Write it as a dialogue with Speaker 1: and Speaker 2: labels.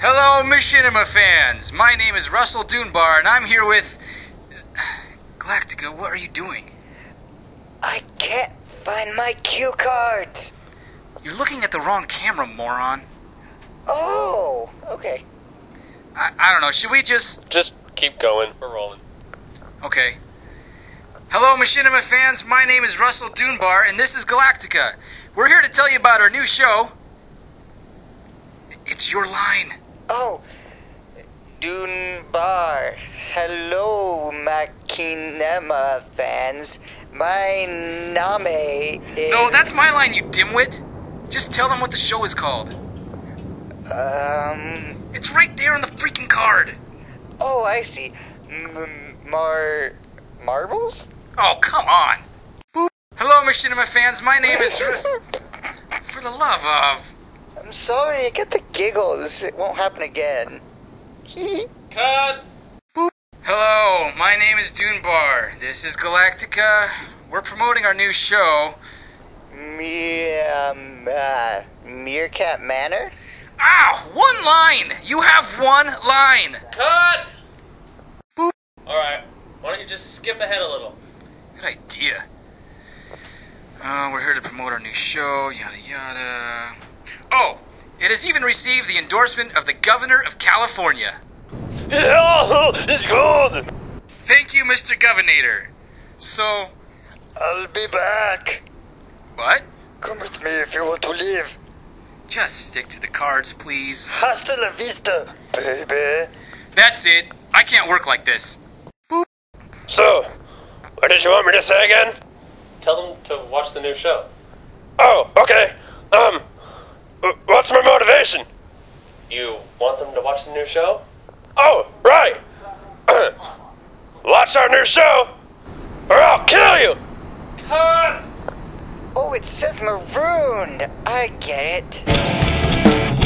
Speaker 1: Hello, Machinima fans! My name is Russell Dunbar, and I'm here with. Galactica, what are you doing?
Speaker 2: I can't find my cue cards.
Speaker 1: You're looking at the wrong camera, moron.
Speaker 2: Oh, okay.
Speaker 1: I, I don't know, should we just.
Speaker 3: Just keep going. We're rolling.
Speaker 1: Okay. Hello, Machinima fans! My name is Russell Dunbar, and this is Galactica. We're here to tell you about our new show. It's your line.
Speaker 2: Oh, Dunbar. Hello, Machinema fans. My name is.
Speaker 1: No, that's my line, you dimwit. Just tell them what the show is called.
Speaker 2: Um.
Speaker 1: It's right there on the freaking card.
Speaker 2: Oh, I see. M- mar. Marbles?
Speaker 1: Oh, come on. Boop. Hello, Machinima fans. My name is Rus- For the love of.
Speaker 2: I'm sorry, I got the giggles. It won't happen again.
Speaker 3: Cut!
Speaker 1: Hello, my name is Dunbar. This is Galactica. We're promoting our new show.
Speaker 2: Me, um, uh, Meerkat Manor?
Speaker 1: Ow! One line! You have one line!
Speaker 3: Cut!
Speaker 1: Boop.
Speaker 3: Alright. Why don't you just skip ahead a little?
Speaker 1: Good idea. Uh, we're here to promote our new show, yada yada. Oh, it has even received the endorsement of the Governor of California.
Speaker 3: Oh, it's good!
Speaker 1: Thank you, Mr. Governor. So,
Speaker 2: I'll be back.
Speaker 1: what?
Speaker 2: Come with me if you want to live.
Speaker 1: Just stick to the cards, please.
Speaker 2: Hasta la vista, baby.
Speaker 1: That's it. I can't work like this.
Speaker 4: So, what did you want me to say again?
Speaker 3: Tell them to watch the new show.
Speaker 4: Oh, okay. Um, w- what's my motivation?
Speaker 3: You want them to watch the new show?
Speaker 4: Oh, right. Watch our new show, or I'll kill you.
Speaker 3: Cut!
Speaker 2: Oh, it says marooned. I get it.